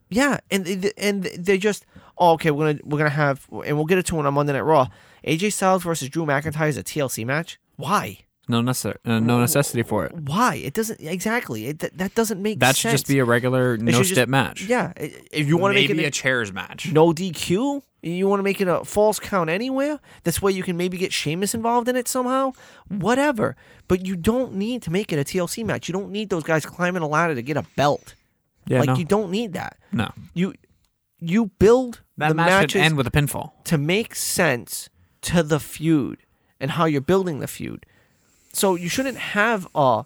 S2: Yeah, and they- and they just oh, okay. We're gonna we're gonna have and we'll get it to it on Monday Night Raw. AJ Styles versus Drew McIntyre is a TLC match. Why?
S1: No, necessar- uh, no necessity for it.
S2: Why? It doesn't exactly. It, that, that doesn't make
S1: That should
S2: sense.
S1: just be a regular no
S2: should just-
S1: step match.
S2: yeah. i- If you want to make
S1: maybe
S2: it
S1: a chairs match.
S2: no DQ, you want to make it a false count anywhere. This way you can maybe get Sheamus involved in it somehow. Whatever. But you don't need to make it a TLC match. You don't need those guys climbing a ladder to get a belt.
S1: yeah,
S2: like
S1: no.
S2: you don't need that.
S1: no.
S2: You you build
S1: That
S2: the
S1: match
S2: matches
S1: should end with a pinfall.
S2: to make sense to the feud and how you're building the feud. So you shouldn't have a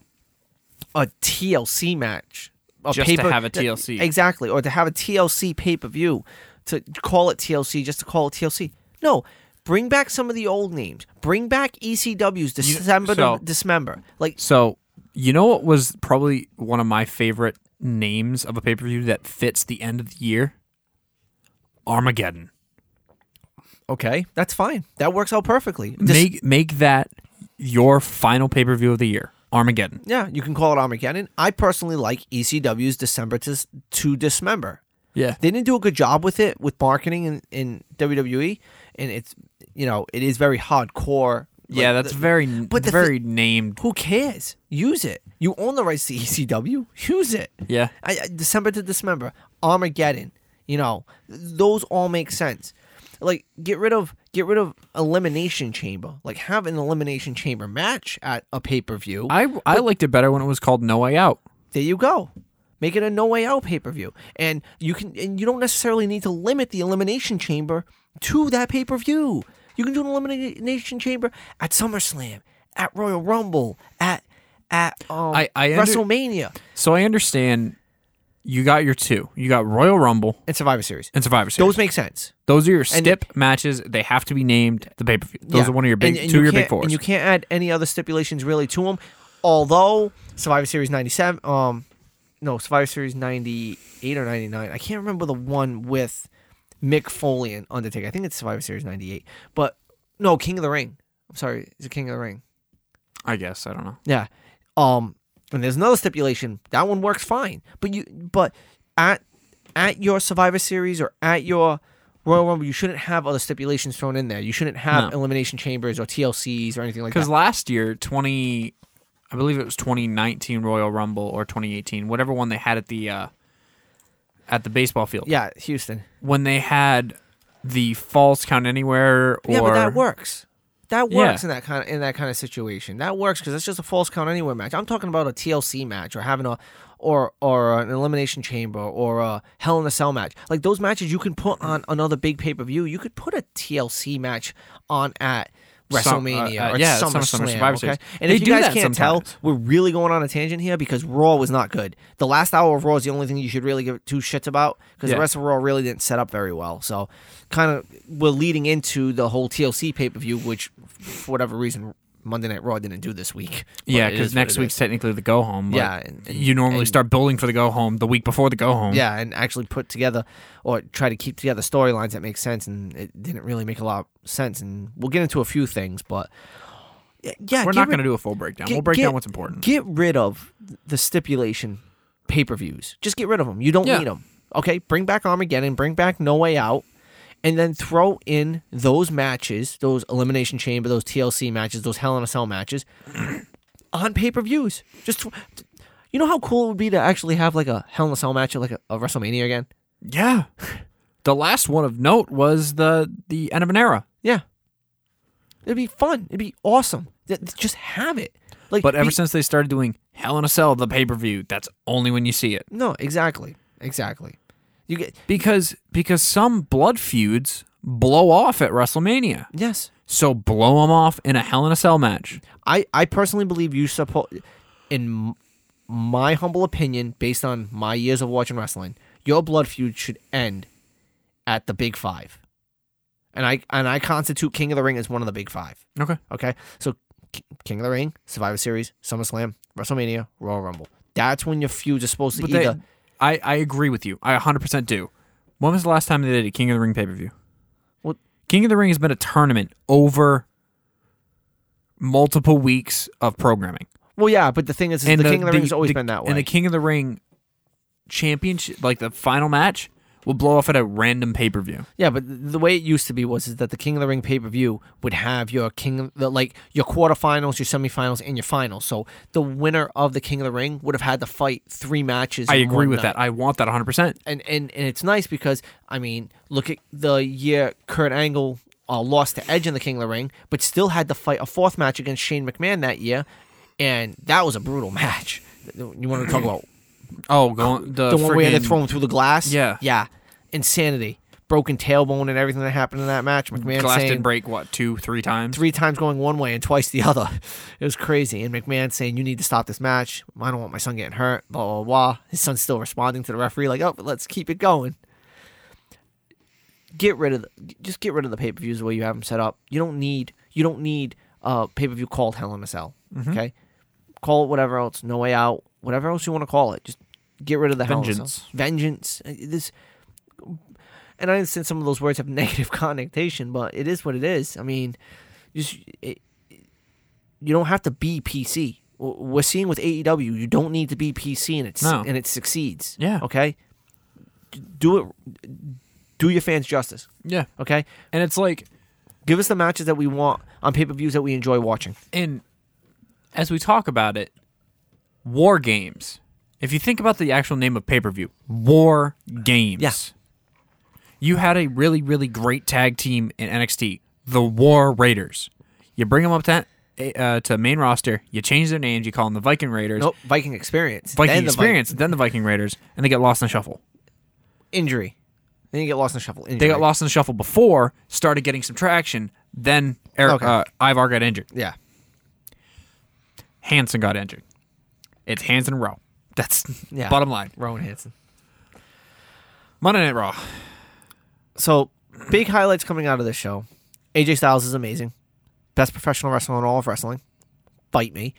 S2: a TLC match. A
S1: Just to
S2: pay-per-
S1: have a TLC.
S2: Exactly. Or to have a TLC pay per view to call it TLC just to call it TLC. No. Bring back some of the old names. Bring back ECW's December
S1: so-
S2: to Dismember. Like
S1: So, you know what was probably one of my favorite names of a pay per view that fits the end of the year? Armageddon.
S2: Okay, that's fine. That works out perfectly. Just-
S1: Make make that your final pay per view of the year, Armageddon.
S2: yeah, you can call it Armageddon. I personally like ECW's December to, to Dismember.
S1: Yeah,
S2: They didn't do a good job with it with marketing in, in WWE, and it's you know it is very hardcore. Like,
S1: yeah. That's
S2: the-
S1: very
S2: but the
S1: very named.
S2: who cares? Use it. You own the rights to ECW. Use it.
S1: Yeah,
S2: I, I- December to December, Armageddon. You know, th- those all make sense. Like get rid of get rid of elimination chamber. Like have an elimination chamber match at a pay per view.
S1: I I liked it better when it was called No Way Out.
S2: There you go. Make it a no way out pay per view, and you can and you don't necessarily need to limit the elimination chamber to that pay per view. You can do an elimination chamber at SummerSlam, at Royal Rumble, at at um,
S1: I- I under-
S2: WrestleMania
S1: So I understand you got your two. You got Royal Rumble
S2: and Survivor Series.
S1: and Survivor Series.
S2: Those
S1: Those,
S2: make sense.
S1: are your
S2: and-
S1: stip matches. They have to be named the pay per view. Those
S2: Yeah.
S1: are one of your big
S2: And- and
S1: two
S2: you
S1: of your big
S2: can't-
S1: fours.
S2: And you can't add any other stipulations really to them. Although Survivor Series '97, um, no Survivor Series '98 or '99, I can't remember the one with Mick Foley and Undertaker. I think it's Survivor Series '98, but no King of the Ring. I'm sorry, it's a King of the Ring.
S1: I guess I don't know.
S2: Yeah. Um, and there's another stipulation. That one works fine. But you, but at at your Survivor Series or at your Royal Rumble, you shouldn't have other stipulations thrown in there. You shouldn't have
S1: No.
S2: elimination chambers or TLCs or anything like
S1: Because
S2: that.
S1: last year, twenty, I believe it was twenty nineteen Royal Rumble or twenty eighteen, whatever one they had at the uh, at the baseball field.
S2: Yeah, Houston.
S1: when they had the false count anywhere or
S2: yeah, but that works. That
S1: Yeah.
S2: works in that kind of in that kind of situation. That works because that's just a false count anywhere match. I'm talking about a TLC match or having a or or an elimination chamber or a Hell in a Cell match. Like those matches you can put on another big pay per view. You could put a TLC match on at
S1: Some- uh,
S2: WrestleMania
S1: uh,
S2: or
S1: yeah, Summer- Summer
S2: SummerSlam.
S1: Survivor
S2: okay?
S1: Series.
S2: And
S1: They
S2: if you
S1: do
S2: guys
S1: that
S2: can't
S1: sometimes.
S2: tell, we're really going on a tangent here because Raw was not good. The last hour of Raw is the only thing you should really give two shits about because
S1: Yeah.
S2: the rest of Raw really didn't set up very well. So, kind of, we're leading into the whole TLC pay per view, which for whatever reason Monday Night Raw didn't do this week. But
S1: yeah
S2: it is
S1: because
S2: what
S1: next
S2: it
S1: week's
S2: is.
S1: technically the go home but
S2: Yeah, and- and-
S1: you normally
S2: and-
S1: start building for the go home the week before the go home
S2: Yeah, and actually put together or try to keep together storylines that make sense, and it didn't really make a lot of sense. And we'll get into a few things, but yeah, yeah,
S1: we're
S2: get
S1: not
S2: rid-
S1: going to do a full breakdown
S2: get-
S1: we'll break
S2: get-
S1: down what's important
S2: Get rid of the stipulation pay per views. Just get rid of them. You don't need 'em.
S1: Yeah.
S2: need them. Okay, bring back Armageddon, bring back No Way Out, and then throw in those matches, those Elimination Chamber, those TLC matches, those Hell in a Cell matches on pay per views. Just, you know how cool it would be to actually have like a Hell in a Cell match at like a, a WrestleMania again?
S1: yeah the last one of note was the the end of an era
S2: Yeah. It'd be fun. It'd be awesome. Th- th- Just have it. Like,
S1: but ever
S2: be-
S1: since they started doing hell in a cell the pay-per-view that's only when you see it
S2: no, exactly, exactly. You get
S1: because because some blood feuds blow off at wrestlemania
S2: yes.
S1: so blow them off in a hell in a cell match
S2: I, I personally believe you suppo in m- my humble opinion, based on my years of watching wrestling, your blood feud should end at the big five. And I and I constitute King of the Ring as one of the big five.
S1: okay
S2: Okay, so K- King of the Ring, Survivor Series, SummerSlam, WrestleMania, Royal Rumble. That's when your feuds are supposed to
S1: But they,
S2: either.
S1: I, I agree with you. I 100% do. When was the last time they did a King of the Ring pay per view?
S2: Well-
S1: King of the Ring has been a tournament over multiple weeks of programming.
S2: well, yeah, but the thing is, is the, King of the, Ring's always
S1: the-
S2: been that way.
S1: And the King of the Ring championship, like the final match, will blow off at a random pay per view.
S2: Yeah, but th- the way it used to be was is that the King of the Ring pay per view would have your King, of the, like your quarterfinals, your semifinals, and your finals. So the winner of the King of the Ring would have had to fight three matches.
S1: I
S2: in
S1: agree
S2: one
S1: with
S2: night.
S1: that. I want that 100%.
S2: And and and it's nice because I mean, look at the year Kurt Angle uh, lost to Edge in the King of the Ring, but still had to fight a fourth match against Shane McMahon that year, and that was a brutal match. You want to talk about
S1: Oh, go on, the,
S2: the one where he
S1: friggin-
S2: had to throw him through the glass.
S1: Yeah.
S2: yeah, insanity, broken tailbone, and everything that happened in that match. McMahon
S1: glass
S2: saying
S1: didn't break, what, two, three times?
S2: three times going one way and twice the other. It was crazy. And McMahon saying, "You need to stop this match. I don't want my son getting hurt." Blah blah blah. His son's still responding to the referee like, "Oh, let's keep it going." Get rid of the, just get rid of the pay per views the way you have them set up. You don't need you don't need a pay per view called Hell in a Cell.
S1: Mm-hmm.
S2: Okay, call it whatever else. No way out. Whatever else you want to call it. Just get rid of the Hell in a Cell.
S1: Vengeance.
S2: Vengeance. Uh, This And I understand some of those words have negative connotation, but it is what it is. I mean, you s- it, you don't have to be PC. W- We're seeing with AEW, you don't need to be PC, and it's
S1: No.
S2: and it succeeds.
S1: Yeah.
S2: Okay. D- Do it. Do your fans justice.
S1: Yeah.
S2: Okay.
S1: And it's like
S2: Give us the matches that we want on pay per views that we enjoy watching.
S1: and as we talk about it, war games. If you think about the actual name of pay per view, war games.
S2: Yeah.
S1: You had a really, really great tag team in NXT, the War Raiders. You bring them up to, uh, to main roster, you change their names, you call them the Viking Raiders,
S2: Nope. Viking experience.
S1: Viking
S2: Then the Vi-
S1: Experience, then the Viking Raiders, and they get lost in the shuffle.
S2: injury. Then you get lost in the shuffle. Injury.
S1: They got lost in the shuffle before, started getting some traction, then Eric,
S2: Okay.
S1: uh, Ivar got injured.
S2: Yeah.
S1: Hansen got injured. It's hands in a row. That's
S2: Yeah.
S1: bottom line.
S2: Rowan Hansen.
S1: Monday Night Raw.
S2: So, big highlights coming out of this show. AJ Styles is amazing. Best professional wrestler in all of wrestling. Bite me.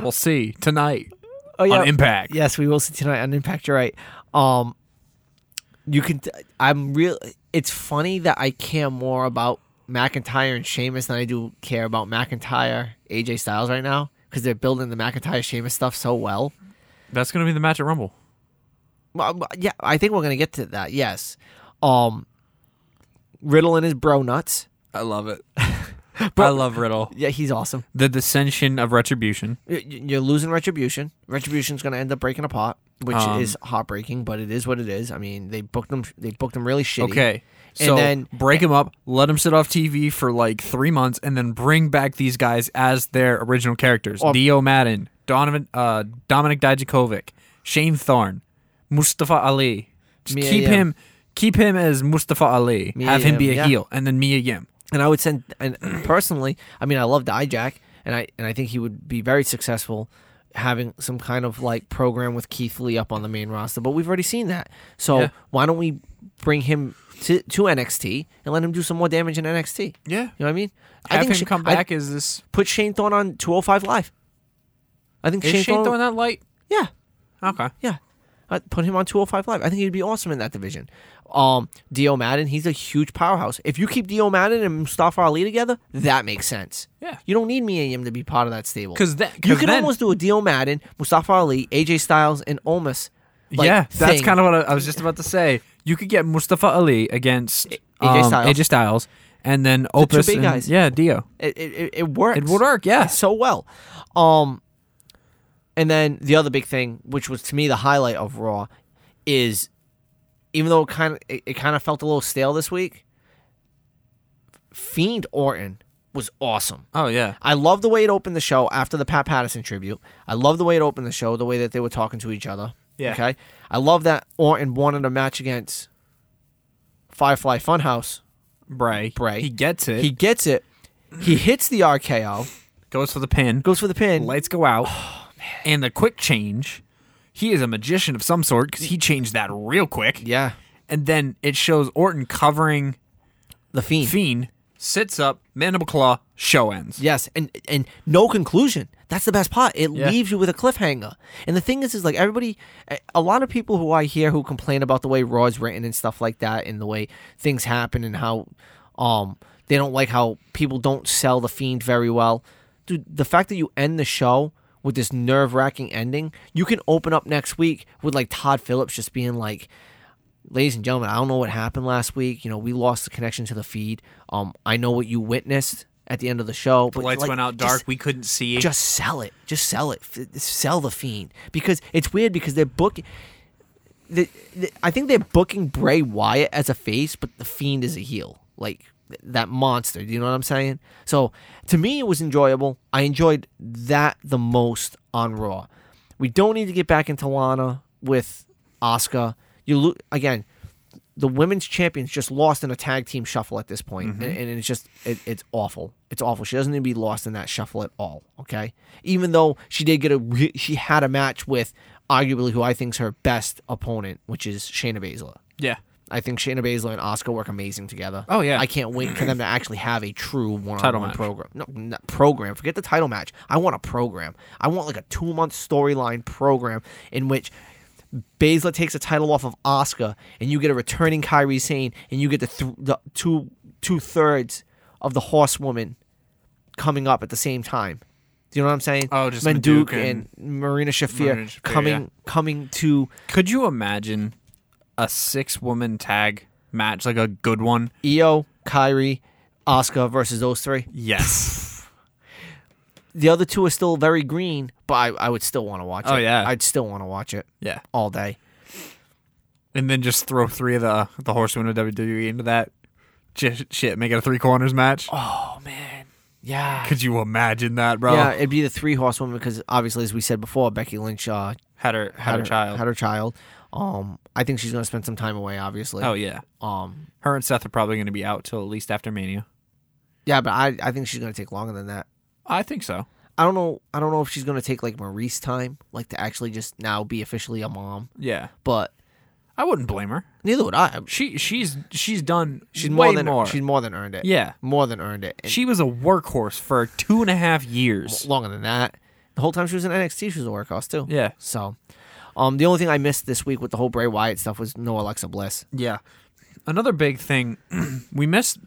S1: We'll see tonight
S2: Oh
S1: on Impact.
S2: Yes, we will see tonight on Impact. You're right. Um, you can. T- I'm real. It's funny that I care more about McIntyre and Sheamus than I do care about McIntyre AJ Styles right now because they're building the McIntyre Sheamus stuff so well.
S1: That's going to be the match at Rumble.
S2: Well, uh, yeah, I think we're gonna get to that. Yes. Um, Riddle and his bro nuts.
S1: I love it. I
S2: Bro-
S1: love Riddle.
S2: Yeah, he's awesome.
S1: The dissension of retribution.
S2: Y- y- You're losing Retribution. Retribution's going to end up breaking apart, which
S1: Um,
S2: is heartbreaking, but it is what it is. I mean, they booked them. They booked them really shitty.
S1: Okay.
S2: And
S1: So
S2: then-
S1: break him up, let him sit off TV for like three months, and then bring back these guys as their original characters:
S2: Or-
S1: Dio Madden, Donovan, uh, Dominic Dijakovic, Shane Thorne, Mustafa Ali. Just
S2: Mia
S1: keep
S2: Yim.
S1: him, keep him as Mustafa Ali.
S2: Mia
S1: Have him be a
S2: Yim, yeah.
S1: heel, and then Mia Yim.
S2: And I would send. And personally, I mean, I love Dijak, and I and I think he would be very successful having some kind of like program with Keith Lee up on the main roster. But we've already seen that. So
S1: Yeah.
S2: why don't we bring him to, to NXT and let him do some more damage in NXT? You
S1: Yeah.
S2: know what I mean? I
S1: Have him
S2: Sha-
S1: come
S2: I'd
S1: back as this.
S2: Put Shane Thorne on 205 Live. I think
S1: Is
S2: Shane,
S1: Shane,
S2: Thorne.
S1: throwing that light?
S2: yeah.
S1: Okay.
S2: Yeah. i put him on 205 Live. I think he'd be awesome in that division. Um, Dio Madden, he's a huge powerhouse. If you keep Dio Madden and Mustafa Ali together, that makes sense.
S1: Yeah.
S2: You don't need me and him to be part of that stable.
S1: Because then
S2: you can
S1: then,
S2: almost do a Dio Madden, Mustafa Ali, AJ Styles, and Omus. like,
S1: yeah, that's
S2: thing.
S1: kind of what I, I was just about to say. You could get Mustafa Ali against um,
S2: Styles.
S1: AJ Styles, and then Opus.
S2: big
S1: and-
S2: guys.
S1: Yeah, Dio.
S2: It, it, it, it works.
S1: It would work. Yeah.
S2: so well. Um, and then the other big thing, which was to me the highlight of Raw, is even though it kind of it, it kind of felt a little stale this week. Fiend Orton was awesome.
S1: Oh yeah.
S2: I love the way it opened the show after the Pat Patterson tribute. I love the way it opened the show, the way that they were talking to each other.
S1: Yeah.
S2: Okay. I love that Orton wanted a match against Firefly Funhouse.
S1: Bray.
S2: Bray.
S1: He gets it.
S2: He
S1: He
S2: gets it. He hits the RKO,
S1: goes for the pin.
S2: goes for the pin.
S1: Lights go out.
S2: Oh,
S1: And the quick change. He is a magician of some sort because he changed that real quick.
S2: Yeah.
S1: And then it shows Orton covering
S2: The Fiend.
S1: Fiend, sits up, mandible claw, show ends.
S2: Yes, and and no conclusion. That's the best part. It
S1: Yeah.
S2: leaves you with a cliffhanger. And the thing is, is like everybody, a- a lot of people who I hear who complain about the way Raw is written and stuff like that, and the way things happen, and how, um, they don't like how people don't sell the fiend very well. Dude, the fact that you end the show with this nerve wracking ending, you can open up next week with like Todd Phillips just being like, ladies and gentlemen, I don't know what happened last week. You know, we lost the connection to the feed. Um, I know what you witnessed at the end of the show. But
S1: Lights
S2: like,
S1: went out
S2: just-
S1: dark. we couldn't see.
S2: Just, sell it. Just sell it. F- sell the fiend because it's weird because they're booking. The, the, I think they're booking Bray Wyatt as a face, but the fiend is a heel. Like th- that monster. Do you know what I'm saying? So to me, it was enjoyable. I enjoyed that the most on Raw. We don't need to get back into Lana with Oscar. You look again the women's champions just lost in a tag team shuffle at this point, and, and it's just it, it's awful. It's awful. She doesn't need to be lost in that shuffle at all. Okay, even though she did get a re- she had a match with arguably who I think's her best opponent, which is Shayna Baszler.
S1: yeah.
S2: I think Shayna Baszler and Oscar work amazing together.
S1: Oh, yeah.
S2: I can't wait for them to actually have a true
S1: Title
S2: one-on-one
S1: match.
S2: program. No, not program. Forget the title match. I want a program. I want like a two-month storyline program in which Baszler takes a title off of Oscar, and you get a returning Kyrie Sane, and you get the, th- the two two thirds of the horsewoman coming up at the same time. Do you know what I'm saying?
S1: Oh, just
S2: Manduke
S1: Manduke and-
S2: and, Marina Shafir
S1: Marina Shafir,
S2: coming
S1: yeah.
S2: coming to
S1: Could you imagine a six woman tag match, like a good one?
S2: Io, Kyrie, Oscar versus those three.
S1: Yes.
S2: The other two are still very green, but I, I would still want to watch it.
S1: Oh, yeah.
S2: I'd still want to watch it
S1: yeah.
S2: all day.
S1: And then just throw three of the the horsemen of WWE into that. Just, shit, make it a three corners match.
S2: Oh man, yeah,
S1: Could you imagine that, bro?
S2: yeah. It'd be the three horsewoman because obviously, as we said before, Becky Lynch uh,
S1: Had her had, her, child.
S2: Had her child. Um, I think she's gonna spend some time away, obviously.
S1: oh yeah.
S2: Um,
S1: Her and Seth are probably going to be out till at least after Mania.
S2: yeah, but I I think she's gonna take longer than that.
S1: I think so.
S2: I don't know. I don't know if she's gonna take like Maurice time, like to actually just now be officially a mom.
S1: Yeah.
S2: But
S1: I wouldn't blame her.
S2: neither would I.
S1: She she's she's done
S2: She's
S1: way
S2: more than she's more than earned it.
S1: yeah.
S2: more than earned it. And
S1: She was a workhorse for two and a half years.
S2: longer than that. The whole time she was in NXT, she was a workhorse too.
S1: Yeah.
S2: So, um, the only thing I missed this week with the whole Bray Wyatt stuff was no Alexa Bliss.
S1: Yeah. Another big thing we missed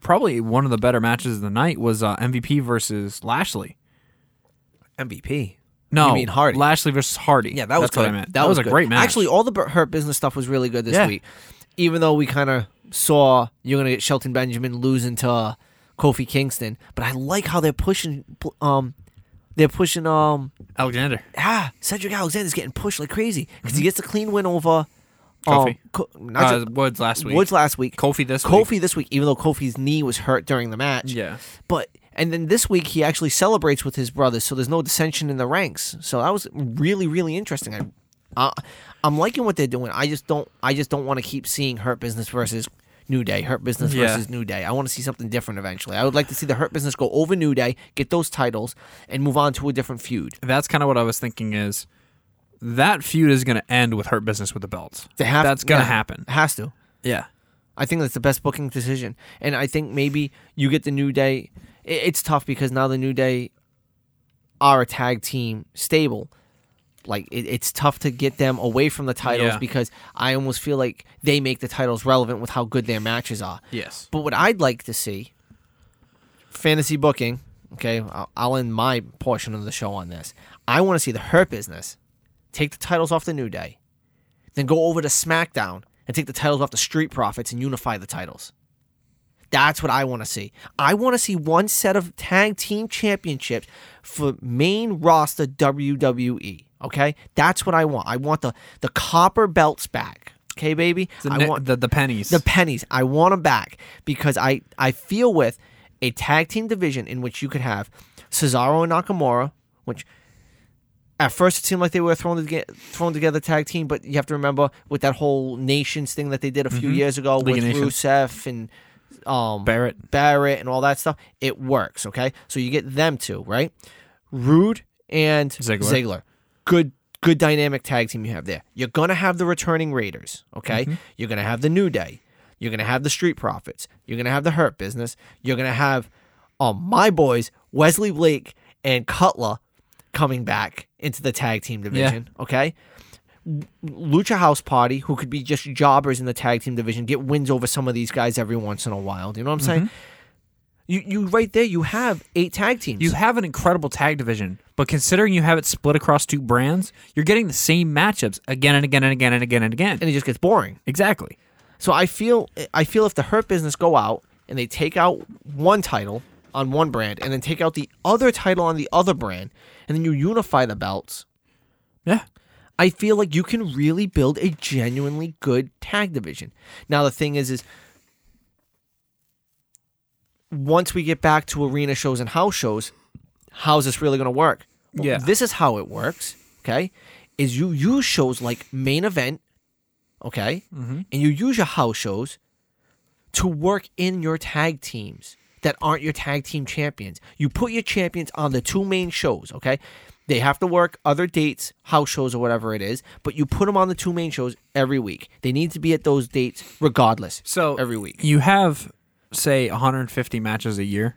S1: probably one of the better matches of the night was uh, MVP versus Lashley.
S2: MVP.
S1: No,
S2: You mean Hardy.
S1: Lashley versus Hardy.
S2: Yeah, that was
S1: That's what I
S2: good.
S1: meant. That, was, a
S2: good.
S1: great match.
S2: Actually, all the Bur- Hurt Business stuff was really good this
S1: Yeah.
S2: week. Even though we kind of saw you're going to get Shelton Benjamin losing to uh, Kofi Kingston, but I like how they're pushing. pl- Um, they're pushing. Um,
S1: Alexander.
S2: ah, Cedric Alexander's getting pushed like crazy because he gets a clean win over. Um,
S1: Mm-hmm. Kofi.
S2: Co- not
S1: Uh,
S2: just-
S1: Woods last week.
S2: Woods last week.
S1: Kofi this
S2: Kofi
S1: week.
S2: this week, even though Kofi's knee was hurt during the match.
S1: Yeah.
S2: But and then this week he actually celebrates with his brothers, so there's no dissension in the ranks. So that was really really interesting. I, uh, I'm liking what they're doing. I just don't I just don't want to keep seeing Hurt Business versus New Day, Hurt Business
S1: Yeah.
S2: versus New Day. I want to see something different eventually. I would like to see the Hurt Business go over New Day, get those titles, and move on to a different feud.
S1: That's kind of what I was thinking is that feud is going to end with Hurt Business with the belts.
S2: They have-
S1: That's going to
S2: yeah,
S1: happen.
S2: It has to.
S1: Yeah.
S2: I think that's the best booking decision. And I think maybe you get the New Day. i- It's tough because now the New Day are a tag team stable. Like it, it's tough to get them away from the titles
S1: Yeah.
S2: because I almost feel like they make the titles relevant with how good their matches are.
S1: Yes.
S2: But what I'd like to see, fantasy booking. Okay, I'll, I'll end my portion of the show on this. I want to see the Hurt Business take the titles off the New Day, then go over to SmackDown and take the titles off the Street Profits and unify the titles. That's what I want to see. I want to see one set of tag team championships for main roster WWE. Okay, that's what I want. I want the the copper belts back. Okay, baby.
S1: The,
S2: I
S1: ne-
S2: want
S1: the, the pennies.
S2: the pennies. I want them back because I I feel with a tag team division in which you could have Cesaro and Nakamura, which at first it seemed like they were thrown together, thrown together tag team, but you have to remember with that whole nations thing that they did a few years ago
S1: Mm-hmm. League
S2: with
S1: of Nations.
S2: Rusev and um,
S1: Barrett.
S2: Barrett and all that stuff, it works. Okay, so you get them two right. Rude and
S1: Ziggler.
S2: Ziggler, good good dynamic tag team you have there. You're gonna have the returning Raiders. Okay, you're gonna have the New Day. You're gonna have the Street Profits. You're gonna have the Hurt Business. You're gonna have um, my boys Wesley Blake and Cutler coming back into the tag team division. Okay. Lucha House Party, who could be just jobbers in the tag team division, get wins over some of these guys every once in a while. Do you know what I'm saying? You, you right there, you have eight tag teams.
S1: You have an incredible tag division, but considering you have it split across two brands, you're getting the same matchups again and again and again and again and again.
S2: and it just gets boring.
S1: Exactly.
S2: So I feel I feel if the Hurt Business go out and they take out one title on one brand and then take out the other title on the other brand and then you unify the belts,
S1: Yeah.
S2: I feel like you can really build a genuinely good tag division. Now the thing is is once we get back to arena shows and house shows, how's this really going to work? Well,
S1: Yeah.
S2: This is how it works, okay? Is you use shows like main event, okay? And you use your house shows to work in your tag teams that aren't your tag team champions. You put your champions on the two main shows, okay? They have to work other dates, house shows, or whatever it is, but you put them on the two main shows every week. They need to be at those dates regardless.
S1: So
S2: every week.
S1: you have say 150 matches a year.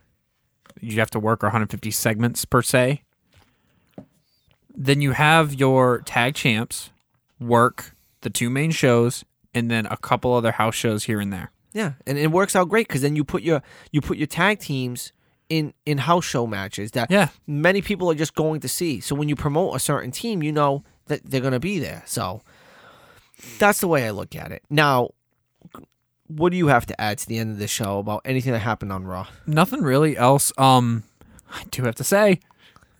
S1: You have to work 150 segments per se. Then you have your tag champs work, the two main shows, and then a couple other house shows here and there.
S2: Yeah, and it works out great because then you put your you put your tag teams in in house show matches that
S1: Yeah.
S2: many people are just going to see. So when you promote a certain team, you know that they're going to be there. So that's the way I look at it. Now, what do you have to add to the end of the show about anything that happened on Raw?
S1: Nothing really else. Um, I do have to say,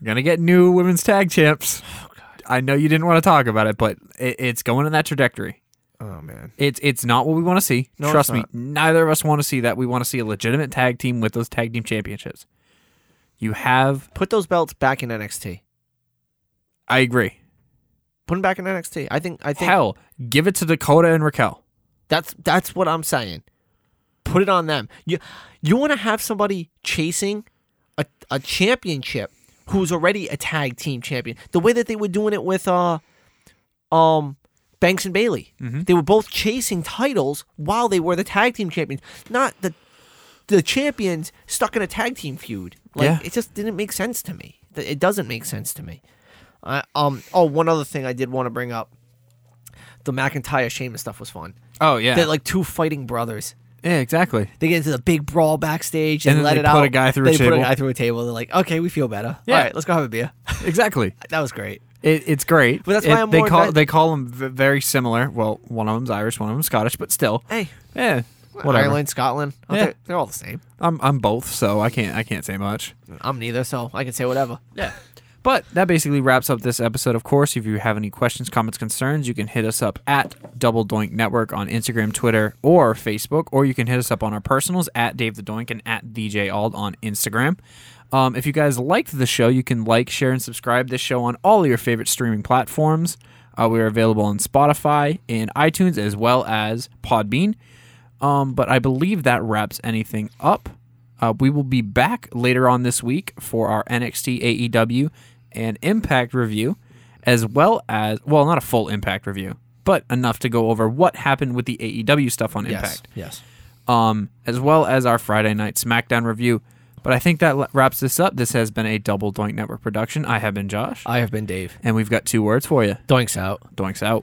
S1: we're gonna get new women's tag champs.
S2: Oh,
S1: I know you didn't want to talk about it, but it, it's going in that trajectory.
S2: Oh man,
S1: It's it's not what we want to see.
S2: No,
S1: Trust
S2: it's
S1: me,
S2: not.
S1: neither of us want to see that. We want to see a legitimate tag team with those tag team championships. You have,
S2: put those belts back in NXT.
S1: I agree.
S2: Put them back in NXT. I think I think
S1: Hell, give it to Dakota and Raquel.
S2: That's that's what I'm saying. Put it on them. You you want to have somebody chasing a, a championship who's already a tag team champion. The way that they were doing it with uh um Banks and Bailey. They were both chasing titles while they were the tag team champions, not the the champions stuck in a tag team feud. Like
S1: Yeah.
S2: it just didn't make sense to me. Th- It doesn't make sense to me. I um oh one other thing I did want to bring up. The McIntyre Sheamus stuff was fun.
S1: Oh yeah,
S2: They're like two fighting brothers.
S1: yeah, exactly.
S2: They get into the big brawl backstage and,
S1: And then
S2: let
S1: they
S2: it
S1: put
S2: out.
S1: a guy through a
S2: they put a
S1: table.
S2: guy through a table. They're like, okay, we feel better.
S1: Yeah.
S2: All right, let's go have a beer.
S1: Exactly.
S2: that was great.
S1: It, it's great.
S2: But that's why
S1: It-
S2: I'm
S1: they
S2: more
S1: call
S2: advan-
S1: they call them v- very similar. Well, one of them's Irish, one of them's Scottish, but still,
S2: Hey,
S1: yeah, whatever.
S2: Ireland, Scotland, oh,
S1: Yeah.
S2: they're, they're all the same.
S1: I'm I'm both, so I can't I can't say much.
S2: I'm neither, so I can say whatever. Yeah.
S1: But that basically wraps up this episode. Of course, if you have any questions, comments, concerns, you can hit us up at Double Doink Network on Instagram, Twitter, or Facebook, or you can hit us up on our personals at Dave the Doink and at DJ Ald on Instagram. Um, if you guys liked the show, you can like, share, and subscribe this show on all of your favorite streaming platforms. Uh, we are available on Spotify and iTunes as well as Podbean. Um, but I believe that wraps anything up. Uh, we will be back later on this week for our NXT AEW E and Impact review, as well as, well, not a full Impact review, but enough to go over what happened with the AEW stuff on
S2: Yes.
S1: Impact,
S2: Yes.
S1: um, as well as our Friday night SmackDown review. But I think that l- wraps this up. This has been a Double Doink Network production. I have been Josh,
S2: I have been Dave.
S1: and we've got two words for you
S2: Doinks out.
S1: Doinks out.